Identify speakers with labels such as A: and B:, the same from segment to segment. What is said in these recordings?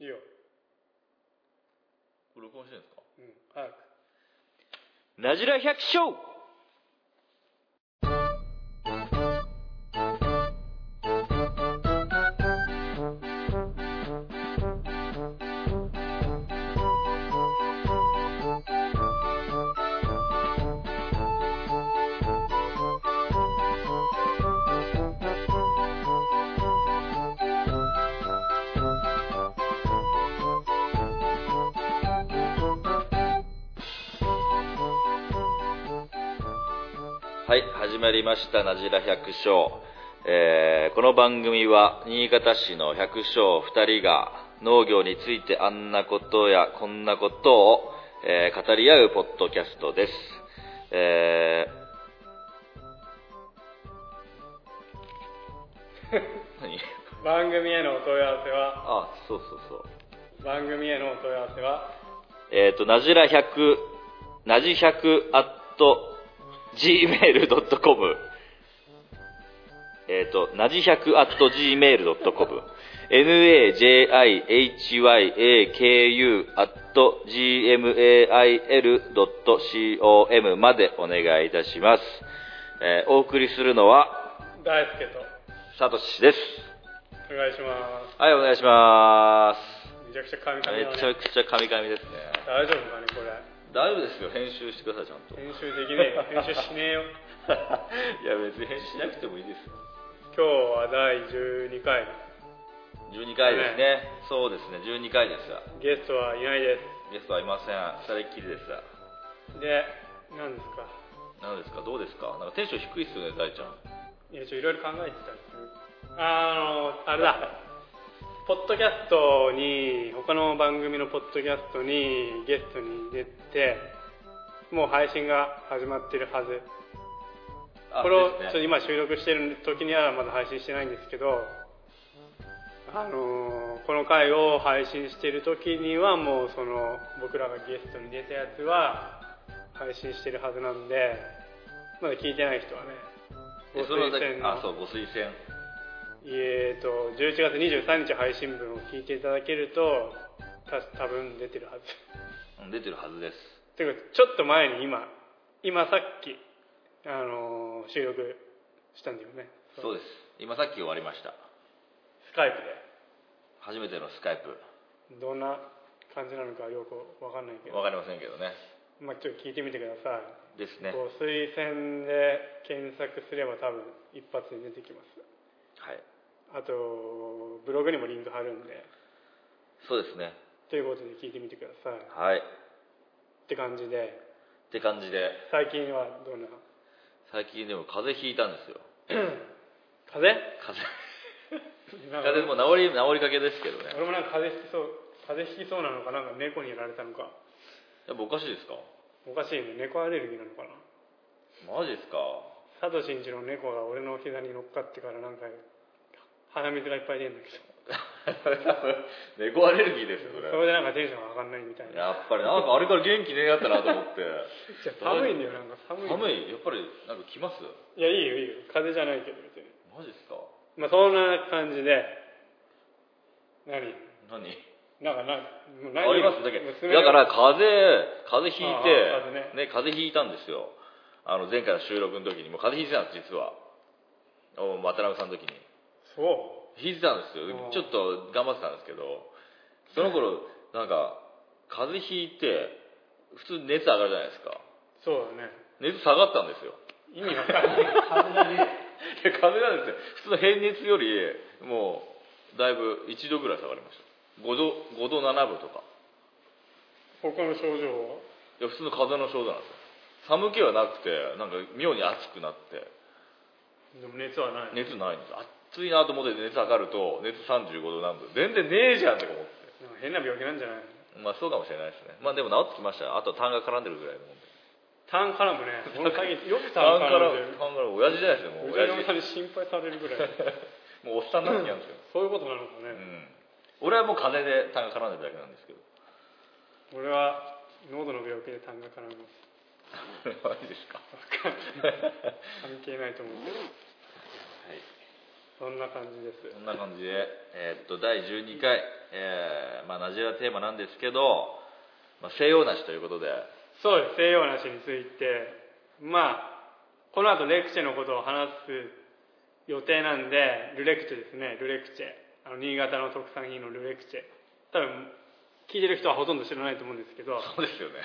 A: いいよ
B: これ録音してるんですか
A: うん早く
B: ナジュラ百姓はい、始まりました、なじら百姓。えーこの番組は、新潟市の百姓二人が、農業についてあんなことやこんなことを、えー語り合うポッドキャストです。えー
A: 番
B: 何
A: 組へのお問い合わせは
B: あ、そうそうそう。
A: 番組へのお問い合わせは
B: えっ、と、なじら100、なじ100 at gmail.com。えっ、と、なじ100 at gmail.com。najihyaku at gmail.com までお願いいたします。えーお送りするのは、
A: 大輔と
B: サトシです。
A: お願いします
B: はい、お願いします。
A: めちゃくちゃカミカミ
B: め
A: だね
B: ちゃくちゃカミカミですね。
A: 大丈夫かねこれ
B: 大丈夫ですよ、編集してください、ちゃんと。
A: 編集できね えよ編集しねえよ
B: いや別に編集しなくてもいいですよ
A: 今日は第12回
B: 12回ですねそうですね12回ですわ
A: ゲストはいないで
B: ゲストはいません二人っきりですわ
A: すで何ですか
B: 何ですかどうですかなんかテンション低いっすよね大ちゃん
A: いやちょいろいろ考えてたんですよあーあのあれだポッドキャストに他の番組のポッドキャストにゲストに出てもう配信が始まってるはずこれをちょっと
B: ですね
A: 今収録してる時にはまだ配信してないんですけどあのーこの回を配信してる時にはもうその僕らがゲストに出たやつは配信してるはずなんでまだ聞いてない人はね
B: えその
A: 推薦
B: あそうご推薦
A: えー、と11月23日配信分を聞いていただけるとた多分出てるはず
B: うん出てるはずです
A: ていうかちょっと前に今今さっき、あのー収録したんだよね
B: そうです今さっき終わりました
A: スカイプ
B: 初めてのスカイプ
A: でどんな感じなのかよくわかんないけど
B: わかりませんけどね
A: まあ、ちょっと聞いてみてください、
B: ですね
A: こう推薦で検索すれば多分一発で出てきます
B: はい
A: あとブログにもリンク貼るんで
B: そうですね
A: ということで聞いてみてくださいっ
B: はいって
A: 感じで
B: て感じで
A: 最近はどんな
B: 最近でも風邪ひいたんですよ
A: 風邪
B: 風邪
A: なんか
B: 風邪も治り治りかけですけどね
A: 俺もなんか風邪ひきそう風邪ひきそうなのかなんか猫にやられたのか
B: やっぱおかしいですか
A: おかしいね猫アレルギーなのかな
B: マジですか
A: 佐藤慎一の猫が俺の膝に乗っかってからなんか鼻水がいっぱい出るんだけど
B: 猫アレルギーですよ
A: そ
B: それ
A: れでなんかテンションが上がんないみたいな
B: やっぱりなんかあれから元気ねえやったなと思って
A: じゃあ寒いんだよなんか寒い
B: 寒
A: い
B: いやっぱりなんか来ます
A: いやいいよいいよ風邪じゃないけど別に
B: マジですか
A: まあそんな感じで何
B: 何
A: なんかなもう何
B: ありますだけ
A: もう
B: だから風邪風邪ひい
A: ああ風
B: て
A: 邪
B: ね風邪ひいたんですよあの前回の収録の時にもう風邪ひいてたんです実はお渡辺さんの時に
A: そう
B: 引いてたんですよ
A: うん
B: ちょっと頑張ってたんですけどその頃なんか風邪ひいて普通熱上がるじゃないですか
A: そうだね
B: 熱下がったんですよ
A: 意味わかんない風邪だね
B: いや風邪なんですよ普通の平熱よりもうだいぶ1度ぐらい下がりました5度 ,5 度7分とか
A: 他の症状はい
B: や普通の風邪の症状なんですよ寒気はなくてなんか妙に暑くなって
A: でも熱はない、
B: 熱ないんです暑いなと思って熱上がると熱35度なんで全然ねえじゃんとか思って
A: なんか変な病気なんじゃないの
B: まあそうかもしれないですねまあでも治ってきましたよあとは痰が絡んでるぐらいのもんで
A: 痰絡むね俺最近よく
B: 痰
A: 痰
B: 絡
A: 絡
B: む
A: んでる
B: 痰絡む親父じゃないですよもう
A: うち
B: 親
A: の嫁
B: 父
A: さんに心配されるぐらい
B: もうおっさんになってきたんですよ、
A: そういうことなのか
B: う
A: ね、
B: ん、俺はもう風邪で痰が絡んでるだけなんですけど
A: 俺は喉の病気で痰が絡む
B: マジですか
A: 関係ないと思うけど
B: はい
A: そんな感じです
B: そんな感じでえーっと第12回えーまあ、ナジラテーマなんですけど、まあ、西洋梨ということで、
A: そうです西洋梨についてまあこの後レクチェのことを話す予定なんでルレクチェですねルレクチェあの新潟の特産品のルレクチェ多分聞いてる人はほとんど知らないと思うんですけど、
B: そうですよね。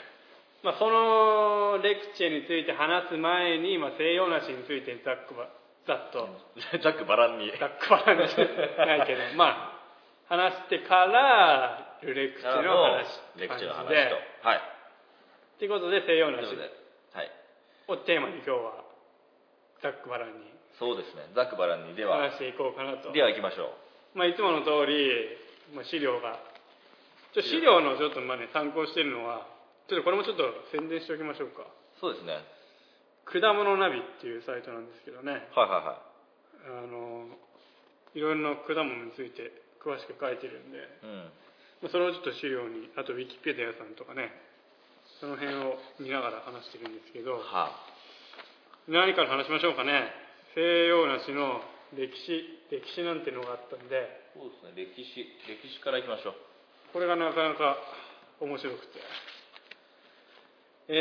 A: まあ、そのレクチェについて話す前に、まあ、西洋梨についてざっくばざっと
B: ざっくばらんに。
A: ざっくばらんにしてないけどまあ話してからルレクチェの話
B: レクチェの話
A: 感
B: と。
A: じ
B: はい
A: で。ということで西洋
B: というこ
A: 梨
B: とではい。
A: をテーマに今日はざっくばらんに
B: そうですね。ざっくばらんに。では
A: 話、していこうかなと
B: では行きましょう。
A: まあ、いつもの通り、まあ、資料がちょ資料のちょっとまあ、ね、参考してるのはちょっとこれもちょっと宣伝しておきましょうか
B: そうですね。はい
A: 果物ナビっていうサイトなんですけどね
B: はいは
A: あのいろんな果物について詳しく書いてるんで、
B: い。うん。
A: まあ、それをちょっと資料にあとウィキペディアさんとかねその辺を見ながら話してるんですけど
B: は
A: 何から話しましょうかね西洋梨の歴史歴史なんてのがあったんで
B: そうですね。歴史、歴史から行きましょう。
A: これがなかなか面白くて、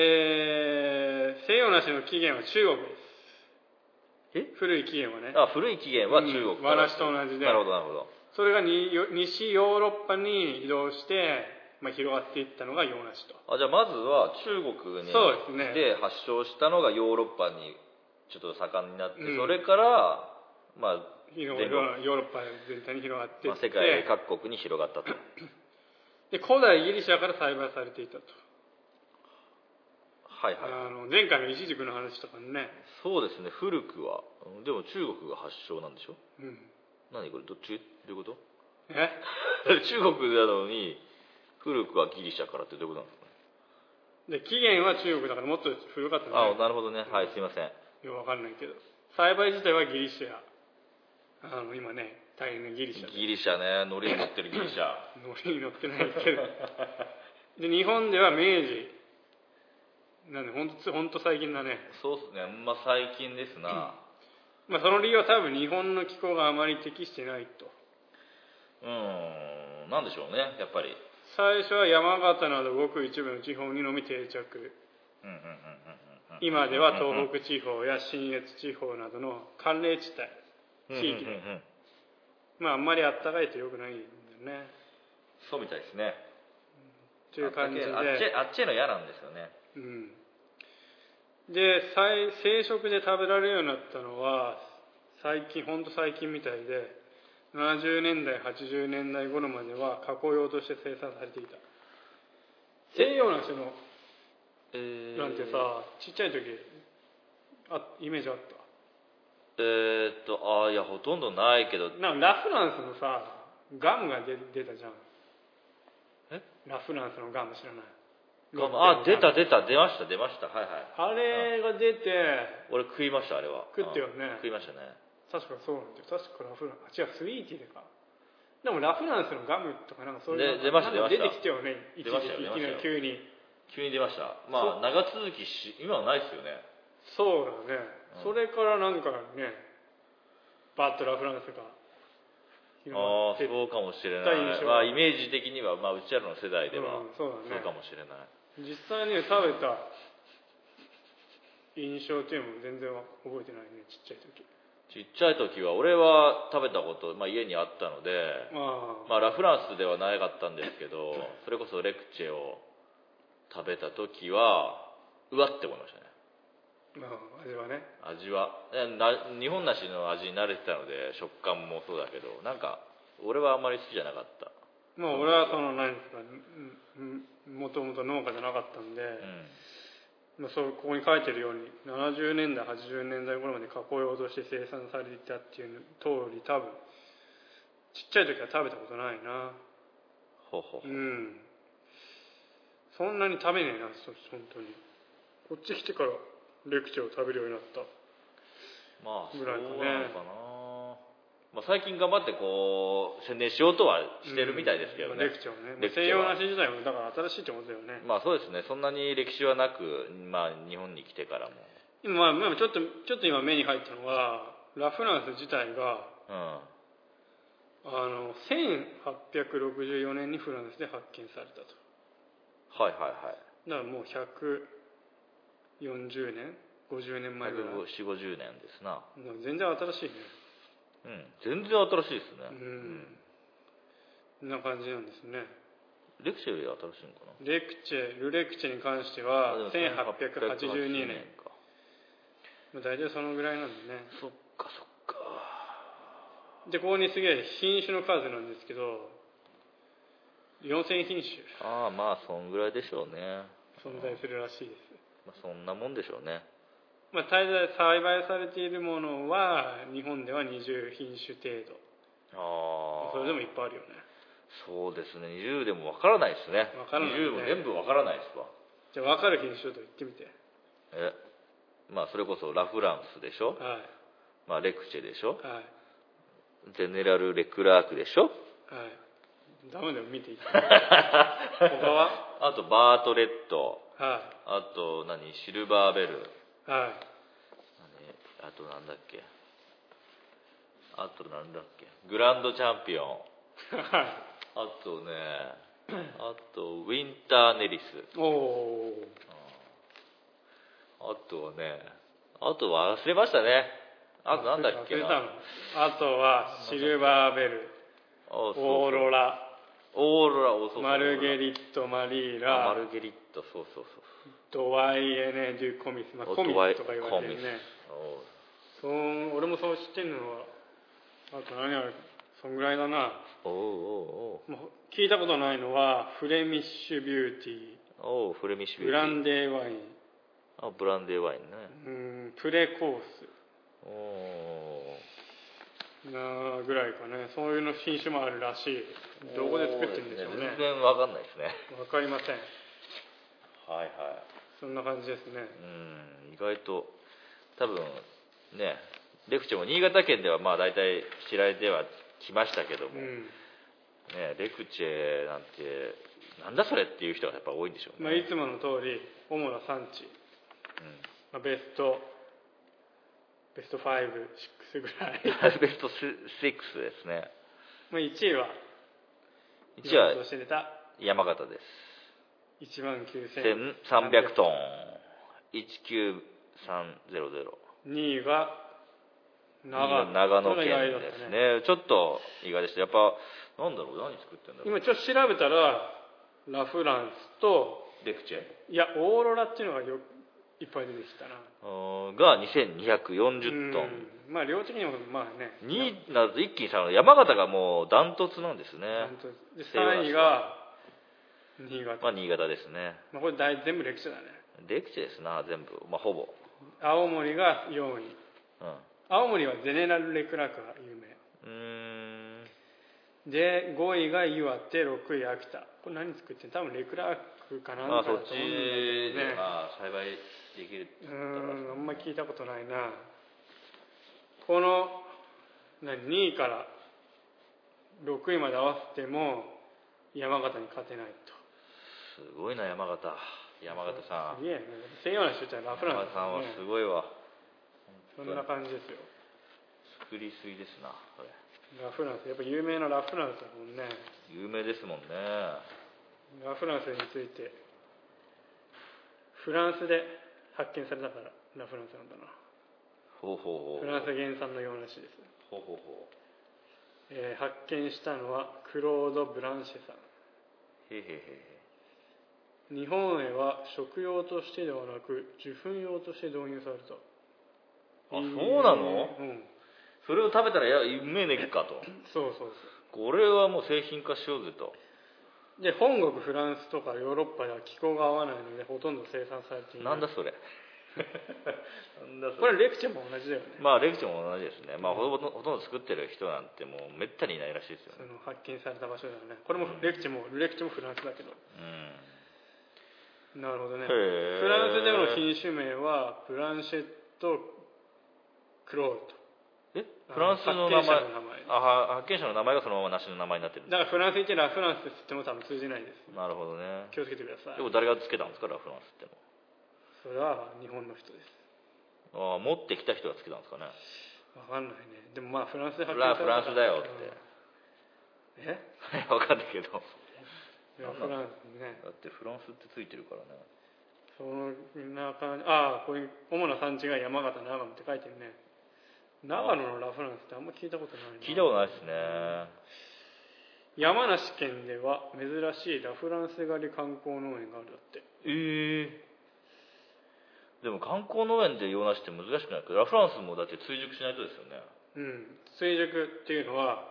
A: えー西洋梨の起源は中国です古い起源はね
B: あ、古い起源は中国か
A: うん和
B: ら。
A: 梨と同じで
B: なるほどなるほど。
A: それがによ西ヨーロッパに移動して、まあ、広がっていったのが洋梨と
B: あじゃあまずは中国に
A: そうですね
B: で発症したのがヨーロッパにちょっと盛んになって、
A: うん
B: それから、まあ、全
A: 広
B: 国、
A: がヨーロッパ全体に広がってい
B: ま
A: っ
B: あ、
A: て、
B: 世界各国に広がったと
A: で古代ギリシャから栽培されていたと、
B: はい
A: あ
B: はい
A: の前回のイチジクの話とかね、
B: そうですね古くはうんでも中国が発祥なんでしょ
A: うん、
B: 何これどっちどういうこと
A: え
B: 中国なのに古くはギリシャからってどういうことなんで
A: で
B: すかね
A: 起源は中国だからもっと古かったね
B: あなるほどねはいすいません
A: よくわかんないけど栽培自体はギリシャあの今ね大変なギリシャで
B: ギリシャね乗りに乗ってるギ リシャ
A: 乗りに乗ってないけどで日本では明治なんで本当本当最近だね
B: そうですねまあ最近ですな
A: まあその理由は多分日本の気候があまり適してないと
B: うんなんでしょうねやっぱり
A: 最初は山形などごく一部の地方にのみ定着
B: うんうんうんうんうん
A: 今では東北地方や信越地方などの寒冷地帯地域
B: う
A: で
B: んうんうんうん
A: まああんまりあったかいと良くないんだよね
B: そうみたいですね
A: という感じで
B: あっちあっちの嫌なんですよね
A: うんで最生食で食べられるようになったのは最近ほんと最近みたいで70年代80年代頃までは加工用として生産されていた西洋梨の
B: えー
A: なんてさちっちゃい時あイメージあっ
B: えーっとあーいやほとんどないけど
A: たなんかラフランスのさガムが出出たじゃん
B: え
A: ラフランスのガム知らない
B: ガム
A: ロ
B: あ
A: ッテ
B: 出
A: のガ
B: た
A: ム
B: 出た出ました出ましたはいは
A: あ
B: い
A: れが出て
B: 俺食いましたあれは
A: 食ったよね
B: うん食いましたね
A: 確かそうなんだよ確かラフランあ違うスイーティーでかでもラフランスのガムとかなんかそういうの
B: で出ました
A: なんか
B: 出ま
A: 出て
B: した
A: きたよね一時
B: 出ましたよ
A: 期い
B: 出ま
A: き
B: した
A: なり急
B: よ
A: に
B: 急に出ましたまあ長続きし今はないですよね
A: そうだね、
B: うん
A: それからなんかねバッとラフランスが広がっ
B: ああー
A: て
B: そうかもしれな
A: 絶対印
B: い
A: 象
B: まあイメージ的にはまあうちらの世代では
A: うんそうだね
B: そうかもしれない
A: 実際ね食べた印象っていうのも全然覚えてないねちっちゃい時
B: ちっちゃい時は俺は食べたことまあ家にあったので
A: まあ、
B: まあ、ラ・フランスではなかったんですけどそれこそレクチェを食べた時はうわって思いましたね
A: まあ味はね
B: 味はえな日本なしの味に慣れてたので食感もそうだけどなんか俺はあんまり好きじゃなかった
A: まあ俺はその何ですかうんうんもともと農家じゃなかったんで、
B: うん
A: まあ、そうここに書いてるように70年代80年代頃まで加工用として生産されていたっていう通り多分ちっちゃい時は食べたことないな
B: ほうほ
A: う
B: うん
A: そんなに食べねえなそ本当にこっち来てからレクチャーを食べるようになった
B: まあそう
A: ぐらいかね
B: なのかな、まあ、最近頑張ってこう宣伝しようとはしてるみたいですけど
A: うんまあレク
B: ね
A: チャーをね、ま
B: レ
A: あ
B: クチ
A: 西
B: ャー
A: 洋
B: は
A: 梨自体もだから新しいってことだよね、
B: まあそうですねそんなに歴史はなく、まあ、日本に来てからも
A: 今まあちょっとちょっと今目に入ったのはラ・フランス自体が
B: うん
A: あの1864年にフランスで発見されたと
B: はいはいはい
A: だからもう140年50年前ぐらい
B: 4 5 0年ですな
A: なんか全然新しいね
B: うん全然新しいですね
A: う、んこんな感じなんですね
B: うん、レクチェより新しいのかな
A: レクチェル・レクチェに関して
B: あでも
A: は1882年
B: か
A: まあ大体そのぐらいなんでね
B: そっかそっか
A: でここにすげえ品種の数なんですけど4000品種
B: ああまあそんぐらいでしょうね
A: 存在するらしいです
B: まあ、そんなもんでしょうね
A: まあ、大体栽培されているものは日本では20品種程度
B: ああ
A: それでもいっぱいあるよね
B: そうですね20でもわからないですね
A: わからないね
B: 20も全部わからないですわ
A: じゃあ分かる品種と言ってみて
B: えまあそれこそラ・フランスでしょ、
A: は
B: まあ、レクチェでしょ
A: いはい
B: ゼネラル・レクラークでしょ
A: はいダメだよ見ていい
B: 他
A: 他は
B: あとバートレット
A: は
B: あと何シルバーベ
A: い
B: ル
A: はい
B: 何あとなんだっけあとなんだっけグランドチャンピオン
A: は
B: あと ねあとウィンターネリス
A: いおおー
B: あとはねあとは忘れましたねあとなんだっけ
A: 忘れ
B: な
A: たのあとはシルバーベル
B: あそうそう
A: オーロラ
B: オーロラおそうそう
A: マルゲ
B: ッ
A: リット・マリー
B: トマ
A: ラ
B: ルゲリットそうそう
A: ドワイエネ・デュ・コミス、まあ、
B: そう
A: コミスとか言われて
B: コミ
A: る
B: ス
A: ね
B: おう
A: そう俺もそう知ってんのはあと何あるそんぐらいだな
B: おうおう
A: もう聞いたことないのはフレミッシュビューテ
B: おうおうフレミッシ
A: ィー
B: ュビ
A: ブ
B: ュー
A: ラ
B: ティー
A: ンデーワイン
B: あブランデーワインね
A: うんプレコー
B: おお
A: スなぐらいかねそういうの品種もあるらしいどこで作ってるんでしょうね
B: 全然わかんないですね
A: わかりません
B: はいは
A: そんな感じですね
B: いうん意外と多分ねレクチェも新潟県ではまあ大体知られてはきましたけども、
A: う
B: ね
A: ん
B: レクチェなんてなんだそれっていう人がやっぱ多いんでしょうね、
A: まあ、いつもの通り主な産地、まあ、ベストベスト56ぐらい
B: うん、ベスト6ですね
A: まあ1位は
B: 一位は
A: 今年出た
B: 山形です
A: 1万9300
B: 1300トン19300
A: 2位が長野
B: 長野
A: これが意外
B: 県
A: だ
B: で
A: った
B: すねちょっと意外でしたやっぱなんだろう何作ってんだろう
A: 今ちょっと調べたらラ・フランスと
B: レクチェ
A: いやオーロラっていうのがよいっぱい出てきたな
B: うーんが2240トン
A: うんまあ量的にもまあね
B: になると一気に下がる山形がもうダントツなんですね、
A: 本当で
B: 西洋梨
A: 3位が新潟、
B: まあ、新潟ですね
A: まあ、これ大全部レクチャーだね
B: レクチェですな全部まあほぼ
A: 青森が4位
B: うん
A: 青森はゼネラル・レクラークが有
B: うーん
A: 名で5位が岩手6位秋田これ何作ってんの多分レクラークかなんか
B: まあそ
A: だ
B: っ
A: と
B: ち
A: 思うんだけどね
B: でまあ栽培できるって
A: う
B: 言ったら
A: ーんあんま聞いたことないなこの何2位から6位まで合わせても山形に勝てないと
B: すごいな山形山形さ
A: す
B: ん
A: げえね西洋梨って言ったらラフなん
B: 山
A: です
B: 形
A: よね
B: さんはすごいわ
A: そんな感じですよ
B: 作りすぎですなこれ
A: ラフランスやっぱ有名なラフランスだもんね
B: 有名ですもんね
A: ラフランスについてフランスで発見されたからラフランスなんだな
B: ほうほうほう
A: フランス原産の洋梨です、
B: ほうほうほ
A: えー発見したのはクロード・ブランシェさん
B: うへへへへ
A: 日本へは食用としてではなく受粉用として導入された
B: あそうなの
A: うん
B: それを食べたらやうめえねっかと
A: そうそうそ
B: これはもう製品化しようぜと
A: うで本国フランスとかヨーロッパでは気候が合わないのでほとんど生産されていない
B: なんだそれなんだそ
A: こ
B: れ
A: れレクチェも同じだよね、
B: まあレクチェも同じですねまあほとんどほとんど作ってる人なんてもうめったにいないらしいです
A: そ
B: よね
A: の発見された場所だよねこれもレクチェもレクチェもフランスだけど
B: うん
A: なるほどね
B: へー
A: フランスでの品種名はブランシェット・クロールと
B: えフランスの名
A: 発見者
B: 前
A: の名前
B: あは発見者の名前がそのまま梨の名前になってるん
A: だか
B: だ
A: らフランス行ってラ・フランスって言っても多分通じないです
B: なるほどね
A: 気をつけてください
B: でも誰がつけたんですかラ・フランスって
A: それは日本の人です
B: のああ持ってきた人がつけたんですかね
A: わかんないねでもまあフランスで
B: フラ
A: され
B: フラン
A: たから
B: スだよって
A: え
B: いわかんないけどだ
A: いやフランスね
B: ってフランスってついてるからね
A: その中にああこれ主な産地が山形長野って書いてるね長野のラ・フランスってあんま聞いたことないな
B: 聞いたことないですね
A: 山梨県では珍しいラ・フランス狩り観光農園があるだって
B: ええでも観光農園で洋梨って難しくないラ・フランスもだって追熟しないとですよね
A: うん追熟っていうのは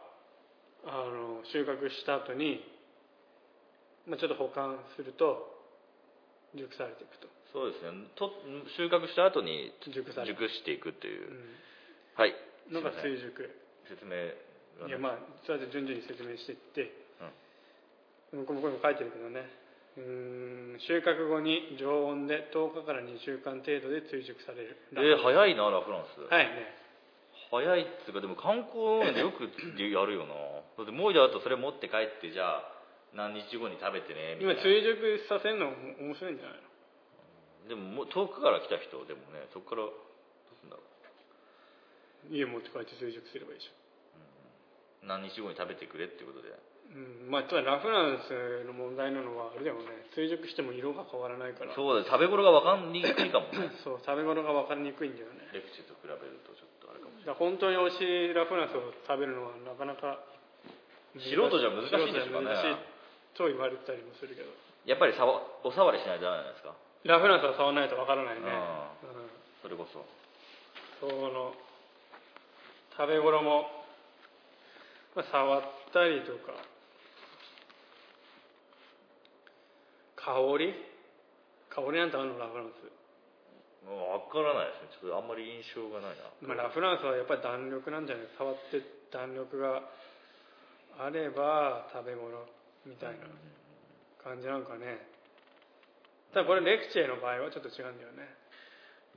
A: あの収穫した後にまあ、ちょっと保管すると熟されていくと
B: そうですねと収穫した後に
A: 熟される、
B: 熟していくっていうう、
A: ん、
B: はい
A: のが
B: すいま
A: 追熟
B: せん説明が
A: い
B: ね
A: やまあそうやって順々に説明していって、うん、ここにも書いてるけどねうーん収穫後に常温で10日から2週間程度で追熟されるい
B: えー、早いなラ・フランス、
A: はいね
B: 早いっつうかでも観光農園でよくやるよなだってもうだとそれ持って帰ってじゃあ何日後に食べてねみ
A: 今
B: たいな
A: 追熟させるのも面白いんじゃないの
B: でももう遠くから来た人でもねそこからどうすんだろ
A: 家持って帰って追熟すればいいじ
B: う何日後に食べてくれっていうことで
A: ゃん、うん、まあただラフランスの問題なのはあれだよね追熟しても色が変わらないからう
B: そうだ食べ頃が分かんにくいかもね
A: そう食べ頃が分かりにくいんだよね
B: レクチェと比べるとちょっとあれかも
A: だから本当に美味しいラフランスを食べるのはなかなか
B: 素人じゃ難しいんでしょうか
A: 素人
B: ね
A: じゃ難しいと言われてたりもするけど
B: やっぱりさわおさわりしないとダメなんですか
A: ラフランスは触らないとわからないね、う
B: う
A: ん
B: それこそ
A: その食べ頃も、まあ、触ったりとか香り香りなんてあるのラフランス、
B: もう分からないですねちょっとあんまり印象がないな
A: まあ、ラフランスはやっぱり弾力なんじゃない触って弾力があれば食べ頃みたいな感じなんかねただこれレクチェの場合はちょっと違うんだよね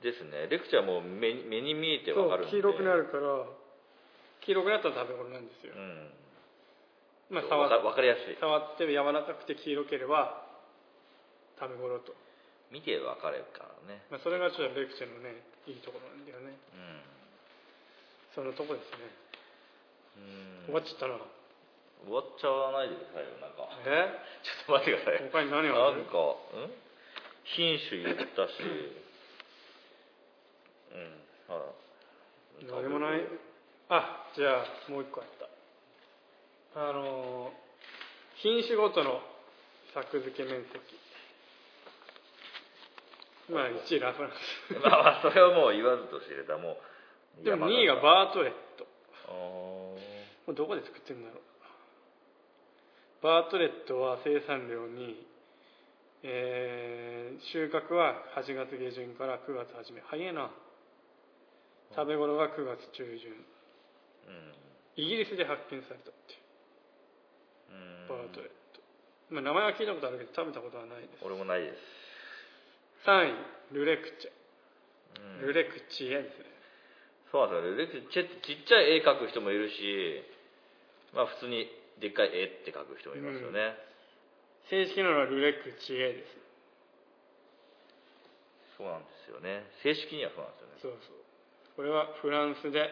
B: ですねレクチェはもう目に目に見えて分かるんで
A: そう黄色くなるから黄色くなったら食べ頃なんですよ、
B: うん
A: まあ、
B: そう
A: 触
B: わか
A: っ
B: 分かりやすい
A: 触って柔らかくて黄色ければ食べ頃と、
B: 見て分かるからね
A: まあ、それがちょっとレクチェのねいいところなんだよねそのとこですね
B: う
A: 終
B: ん、
A: わっちゃったな
B: 終わっちゃわないでくださいよなんか
A: え
B: ちょっと待ってください
A: 他に何があ
B: なん
A: る
B: かうん品種言ったしうんは
A: 何もないあじゃあもう一個あったあのー品種ごとの作付け面積まあ1位ラフランス
B: まあまあそれはもう言わずと知れたもう
A: でも2位が
B: あ
A: バートレット
B: あ
A: これどこで作ってるんだろうバートレットは生産量に、えー収穫は8月下旬から9月初め早いな食べ頃が9月中旬
B: うん
A: イギリスで発見されたっていう
B: うん
A: バートレット、まあ、名前は聞いたことあるけど食べたことはないです
B: 俺もないです、
A: 3位ルレクチ
B: うん
A: ェルレクチエですね、
B: そうなんですよねちっちっちゃい絵描く人もいるしまあ普通にでっかい絵って描く人もいますよね、
A: 正式なのはルレクチエです
B: そうなんですよね正式にはそうなんですよね
A: そうそうこれはフランスで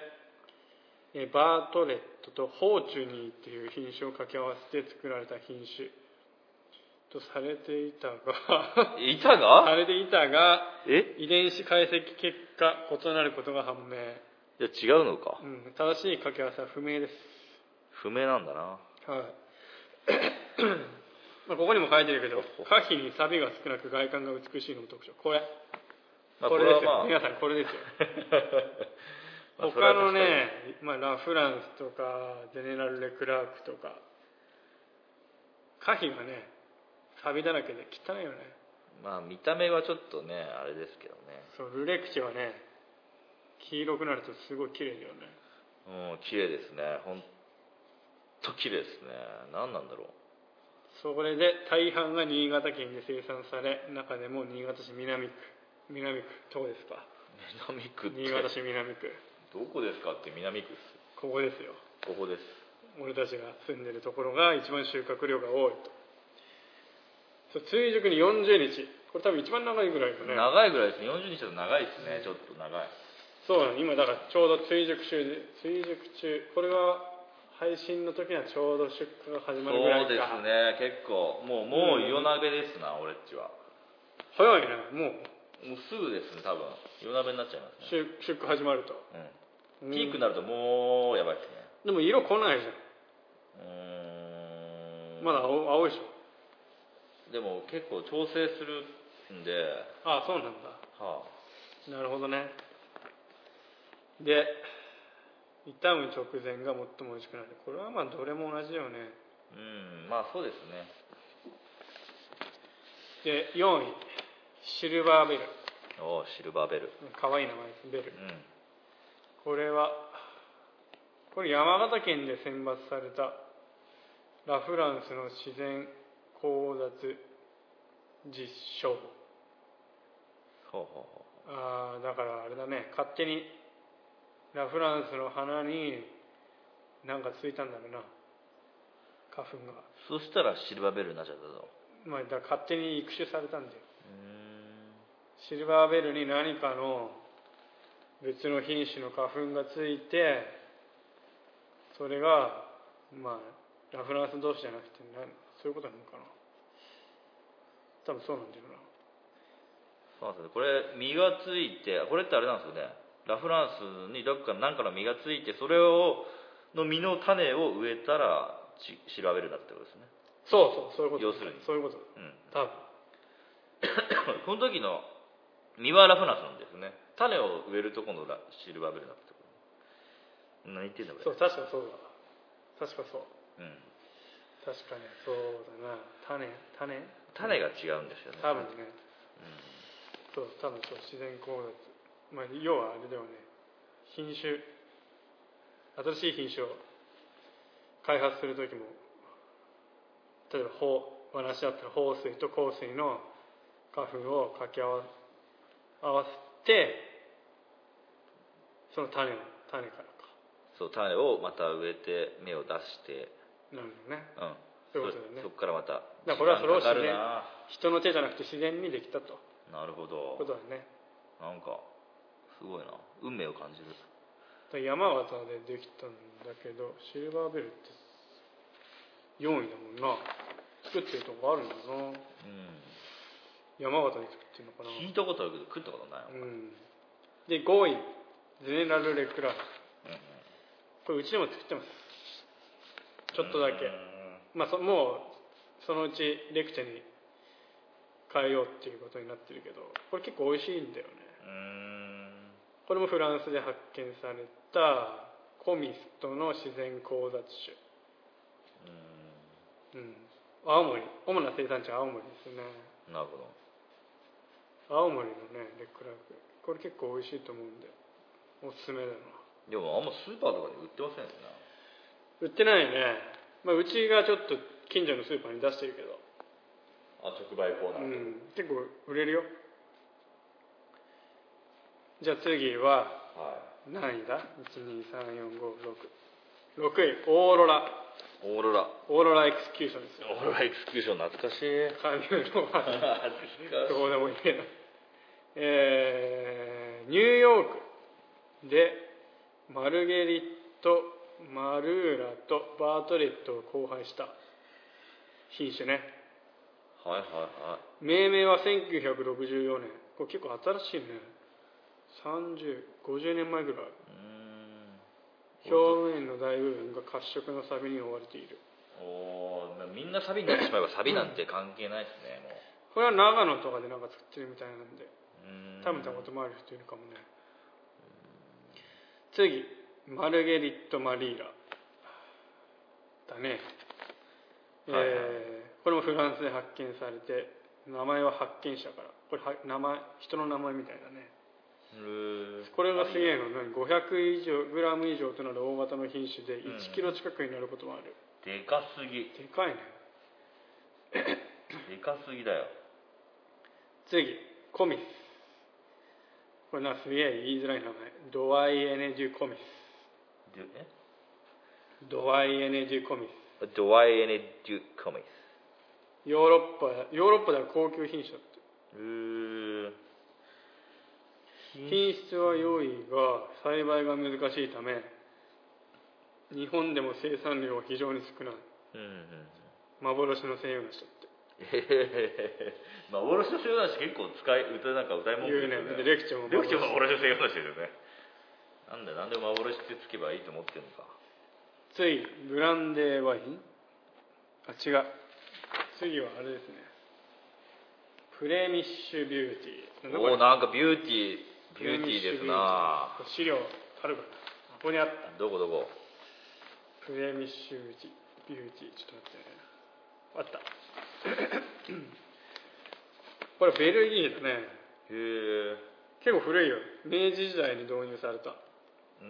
A: えーバートレットとホーチュニーっていう品種を掛け合わせて作られた品種とされていたが
B: 板
A: さ
B: が
A: れていたが
B: え
A: 遺伝子解析結果異なることが判明、
B: いや違うのか
A: うん、正しい掛け合わせは不明です、
B: 不明なんだな
A: はい まあここにも書いてるけど花皮に錆が少なく外観が美しいのも特徴これ、
B: まあ
A: これですよ、
B: これ
A: 皆
B: はまあ
A: さんこれですよ
B: まあ
A: 他のね、まあ、ラ・フランスとかゼネラル・レクラークとか花費がねサビだらけで汚いよね
B: まあ見た目はちょっとねあれですけど
A: そうルレクチェはね黄色くなるとすごい綺麗だよね
B: ねうん綺麗ですねほんと綺麗ですね何なんだろう
A: それで大半が新潟県で生産され中でも新潟市南区南区どこですか
B: 南区って
A: 新潟市南区
B: どこですかって南区っす
A: ここですよ
B: ここです
A: 俺たちが住んでるところが一番収穫量が多いとそう追熟に40日これ多分一番長いぐらいかね
B: 長いぐらいですね40日だと長いですねちょっと長い
A: そうなの今だからちょうど追熟中で追熟中これは配信の時にはちょうど出荷が始まるぐらい
B: そう
A: か
B: ですね結構もうもう夜鍋ですな、俺っちは
A: 早いねもう
B: もうすぐですね多分夜鍋になっちゃいますね、
A: 出出荷始まると
B: うん、ピークになるともうやばいですね
A: でも色来ないじ
B: う
A: ゃ
B: ーん
A: んまだ青青いでしょ
B: でも結構調整するんで
A: ああそうなん
B: は
A: だなるほどねで傷む直前が最も美味しくなるこれはまあどれも同じだよね
B: あうんまあそうですね
A: で4位シルバーベル
B: おおシルバーベル
A: 可愛い名前ですベル
B: うん
A: これはこれ山形県で選抜されたラ・フランスの自然交雑実証
B: ほうほうほ
A: あーだからあれだね勝手にラ・フランスの花になんかついたんだろうな花粉が、
B: うそしたらシルバーベルになっちゃったぞ
A: まあ、だから勝手に育種されたんだよ
B: うーん
A: シルバーベルに何かの別の品種の花粉がついてそれがまあラフランス同士じゃなくてなそういうことなのかな多分そうなんだよ
B: そうなんですよねこれ実がついてこれってあれなんですよねラ・フランスにどっか何かの実がついてそれをの実の種を植えたらち調べるなってことですね
A: なそうそうそういうこと
B: 要するに
A: そういうこと
B: うん
A: 多分
B: この時の実はラ・フランスなんですね種を植えるとこのラシルバーベルだってこと何言ってんだこれ
A: そう確かそうだ確かそう
B: うん、
A: 確かにそうだな種種
B: 種が違うんですよね
A: 多分ね
B: うん
A: そう多分そう自然光熱まあ要はあれだよね品種新しい品種を開発する時も例えばほう話し合った放水と香水の花粉を掛け合わ合わせてその種を種からか
B: そう種をまた植えて芽を出して
A: なるほどね
B: うん
A: そういうことだよね
B: そそこからま
A: だ
B: た
A: からこれはそれを
B: 時間
A: 自然
B: かか
A: 人の手じゃなくて自然にできたという
B: るななるほど
A: ことだね
B: なんかすごいな運命を感じる
A: 山形でできたんだけどシルバーベルって4位だもんな作ってるとこあるんだな
B: うん
A: 山形で作ってるのかな
B: 聞いたことあるけど食ったことない
A: う
B: よ
A: んで5位ゼネラルレクラール
B: うんうん
A: これうちでも作ってますちょっとだけ
B: うん
A: まあそもうそのうちレクチェに変えようっていうことになってるけどこれ結構美味しいんだよね
B: うん
A: これもフランスで発見されたコミストの自然交雑種うん、青森主な生産地は青森ですね
B: うんなるほど
A: 青森のねレクラークこれ結構美味しいと思うんでおすすめだな
B: でもあんまスーパーとかで売ってませんよね
A: 売ってないね、まあ、うちがちょっと近所のスーパーに出してるけど、
B: あ直売コーナ
A: う
B: ーで
A: ん、結構売れるよじゃあ次は
B: は
A: 何位だ1234566位オーロラ
B: いオーロラ
A: オーロラエクスキューションですよ
B: オーロラエクスクーション懐かしい
A: 神の技
B: 懐かし
A: どうでもいいけど、えーニューヨークでマルゲリット・マルーラとバートレットを交配した品種ね
B: いはいはい
A: 命名は1964年これ結構新しいね3050年前ぐらいう
B: ー
A: 表面の大部分が褐色のサビに覆われている
B: んおーみんなサビになってしまえばサビなんて関係ないですねも
A: これは長野とかでなんか作ってるみたいなんで
B: ううー
A: 食
B: ん
A: べたこともある人いるかもね次マルゲリット・マリーラだね、
B: はいはい
A: えーこれもフランスで発見されて名前は発見者からこれは名前人の名前みたいだね
B: うーん
A: これがすげえの何500以上グラム以上となる大型の品種で
B: うん
A: 1キロ近くになることもある、
B: でかすぎ
A: でかいね
B: でかすぎだよ
A: 次コミスこれなすげえ言いづらい名前ドワイエネデュ・コミス
B: でえ
A: ドワイエネデュ・コミス
B: ドワイエネ・デュ・コミス
A: ヨーロッパヨーロッパでは高級品種だって
B: うーん
A: 品質は良いが栽培が難しいため日本でも生産量は非常に少ない
B: うんうんうん
A: 幻の西洋梨だって
B: えへへへ幻の西洋梨結構使い歌なんか歌いもん
A: 言うねでレクチャーも
B: レクチャーも幻の西洋梨ですよねなんだよなんで幻ってつけばいいと思ってんのか
A: ついブランデーワインあ違う次はあれですねプレミッシュビューティー
B: おお
A: な
B: なんかビューティービューティーですな
A: 資料あるかなここにあった
B: どこどこ
A: プレミッシュビューティービューティーちょっと待ってねあったこれベルギーだね
B: へえ
A: 結構古いよ明治時代に導入された
B: うー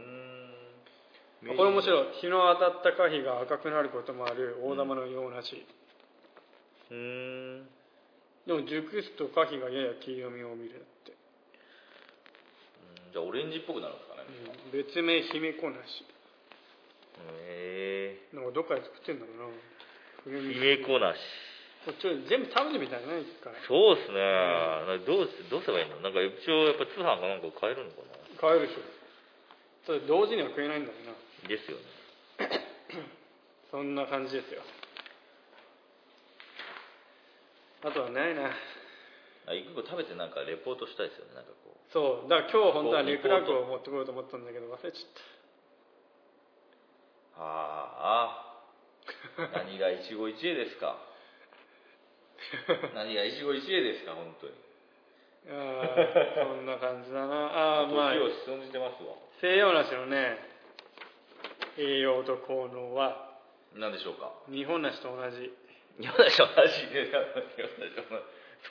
A: こ
B: ん
A: れ面
B: い
A: 白い日の当たった果皮が赤くなることもある大玉のようなし、
B: うーん
A: でも熟すと果皮がやや黄色みを見るって、
B: じゃあオレンジっぽくなるんですかね
A: うん別名姫子なし
B: へえ
A: なんかどっかで作ってんだろうなプレミッシュ
B: 姫子なし
A: これちょっと全部食べてみたいね一回
B: そうですねなんかどうどうすればいいのなんか一応やっぱ通販かなんか買えるのかな
A: 買えるでしょただ同時には食えないんだろうな
B: ですよね
A: そんな感じですよあとはないな
B: あ一個食べてなんかレポートしたいですよねなんかこ
A: そうだから今日本当はリクラックを持ってこようと思ったんだけど忘れちゃった
B: うあーあ ー何が一期一会ですか何が一期一会ですか本当に
A: あーそんな感じだ なあーまあ
B: 時を潜じてますわ
A: 西洋梨のね栄養と効能は
B: なんでしょうか
A: 日本梨と同じ
B: 日本梨は 同じで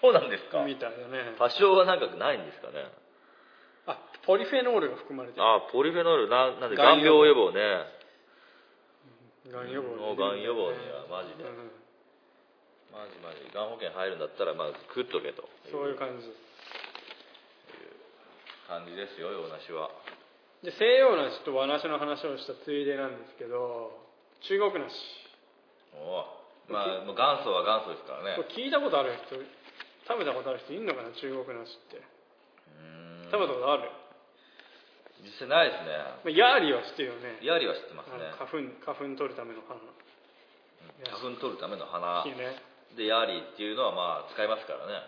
B: そうなんですか
A: みたいだね
B: 多少はなんかないんですかね
A: あポリフェノールが含まれてる
B: あポリフェノールななんで
A: が
B: 眼
A: ん
B: 病
A: 予防
B: 予防ね
A: がん予防
B: うんがん予防にはマジで
A: ん
B: マジマジがん保険入るんだったらまず食っとけと
A: そういう
B: 感
A: 感じです
B: じですよ洋梨は
A: で西洋梨と和梨の話をしたついでなんですけど中国梨
B: おおまあもう元祖は元祖ですから
A: こ
B: ね
A: れ聞いたことある人食べたことある人いんのかな中国梨って
B: うーん
A: 食べたことある、
B: 実際ないですね
A: まあ、ヤーリーは知ってるよね
B: ヤーリは知ってます
A: あ
B: ね
A: の花粉花粉取るための花
B: 花粉取るための花
A: いいね
B: でヤーリっていうのはまあ使いますからね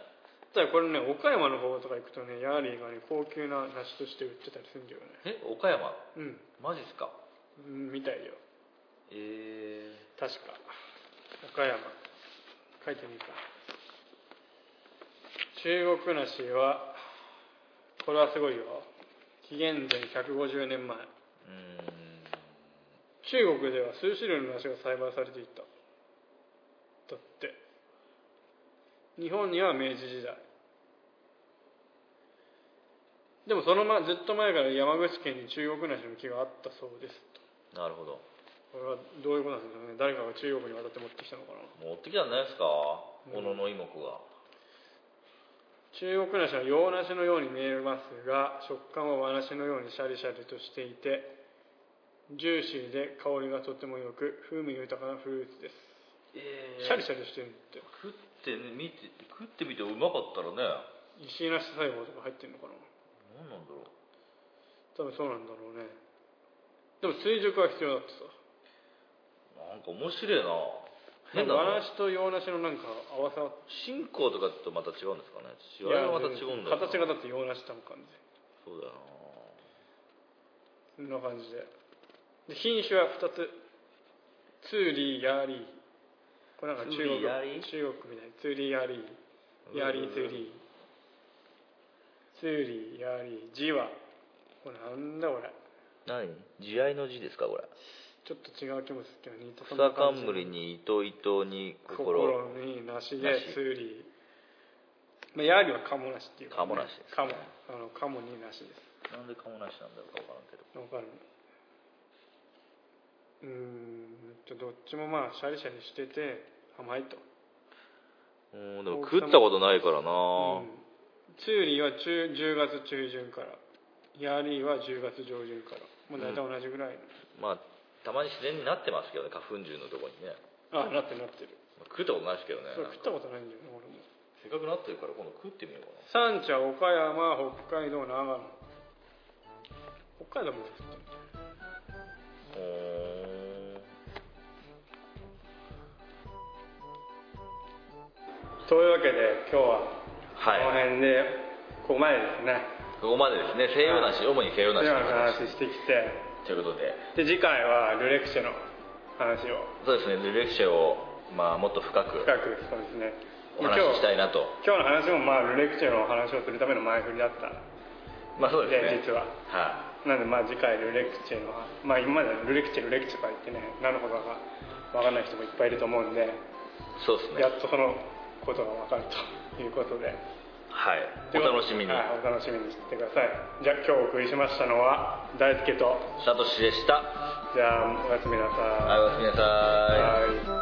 A: ただこれね岡山の方とか行くとねヤーリーがね高級な梨として売ってたりするんだよね
B: え岡山
A: うん
B: マジっすか
A: うんみたいよ
B: ええ
A: 確か岡山書いてみるか中国梨はこれはすごいよ紀元前150年前
B: うー
A: 中国では数種類の梨が栽培されていただって日本には明治時代でもその、ま、ずっと前から山口県に中国梨の木があったそうですと
B: んなるほど
A: これはどういうことなんですかね誰かが中国に渡って持ってきたのかな
B: 持ってきたんじゃないですか小野の妹子が、
A: 中国梨は洋梨のように見えますが食感は和梨のようにシャリシャリとしていてジューシーで香りがとても良く風味豊かなフルーツです、
B: え
A: シャリシャリしてるって
B: 食ってね見て食ってみてうまかったらね
A: 石梨細胞とか入ってるのかな
B: 何なんだろう
A: 多分そうなんだろうねでも追熟は必要だって
B: なんか面白いな
A: さ
B: 変な
A: 和
B: の
A: 梨と洋梨のなんか合わさっ
B: 信仰とかとまた違うんですかね
A: い
B: 違
A: や
B: うまた違うんだよな
A: 形がだって洋梨とも感じ
B: そうだよな
A: そんな感じでで品種は2つツーリーヤーリーこれなんか中
B: ツー
A: 国
B: リーヤーリー
A: 中国みたいツーリーヤーリーヤーリーツーリーツーリーヤーリージはこれなんだこれ
B: 何慈愛の字ですかこれ
A: ちょっと違う気もするけど似た
B: 草冠に糸糸に心
A: 心に梨
B: な
A: で
B: し
A: ツーリー、まあ、ヤーリーはカモなしっていう
B: カモなしですね
A: カモあのカモになしです
B: なんでかもなしなんだろうか分からんけど
A: わかるうーんとどっちもまあシャリシャリしてて甘いと、
B: うんでも食ったことないからな、
A: うんチューリーは中10月中旬からヤーリーは10月上旬からもう大体同じぐらい、
B: まあたまに自然になってますけどね花粉獣のとこにね、
A: あなってるなってる
B: まあ食ったことないですけどね
A: それ食ったことないんだよね俺も
B: せっかくなってるから今度食ってみようか
A: 産
B: な
A: 地は岡山北海道長野北海道も作ってる
B: う
A: というわけで今日はこ
B: はい
A: の辺で、ここまでですね
B: ここまでですね西洋梨主に西洋
A: 今
B: 梨
A: の
B: の
A: 話
B: 話
A: してきて
B: ということで
A: で次回はルレクシェの話を
B: そうですねルレクシェを、まあ、もっと深く
A: 深くそうですね
B: お
A: まあ
B: 話
A: 今
B: しした
A: 日
B: いなと
A: 今日の話もまあルレクシェのお話をするための前振りだった
B: まあそうですね
A: で実は
B: は
A: なんでまあ次回ルレクチェのまあ今までルレクチェルレクチェとか言ってね何のことか分かんない人もいっぱいいると思うんで
B: いそうですね
A: やっとそのことが分かるということで
B: はいお楽しみに、
A: はい、お楽しみにしてくださいじゃあ今日お送りしましたのは大輔と
B: サトシでした
A: um, じゃあおやすみなさい
B: はいおやすみなさい
A: はい